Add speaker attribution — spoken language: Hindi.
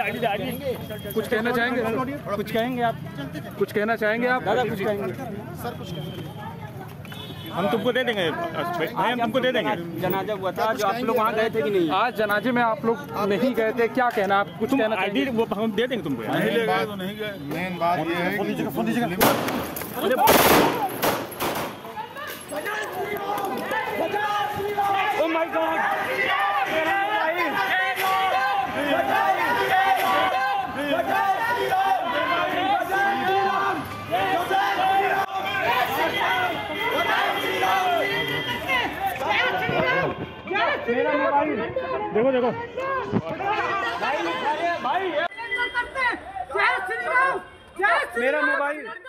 Speaker 1: कुछ कहना चाहेंगे
Speaker 2: कुछ कहेंगे आप
Speaker 1: कुछ कहना चाहेंगे आप
Speaker 2: दादा कुछ कहेंगे
Speaker 3: हम तुमको दे देंगे भाई भाई, हम तुमको दे देंगे
Speaker 2: जनाजा हुआ था जो आप लोग वहाँ गए थे कि नहीं
Speaker 1: आज जनाजे में आप लोग नहीं गए थे क्या कहना आप कुछ
Speaker 3: तुम
Speaker 1: कहना
Speaker 3: आईडी
Speaker 1: चाहेंगे
Speaker 3: वो हम दे देंगे तुमको
Speaker 4: मेन बात ये है कि
Speaker 3: मेरा मोबाइल देखो देखो
Speaker 5: भाई भाई जय श्री राम जय श्री राम मेरा मोबाइल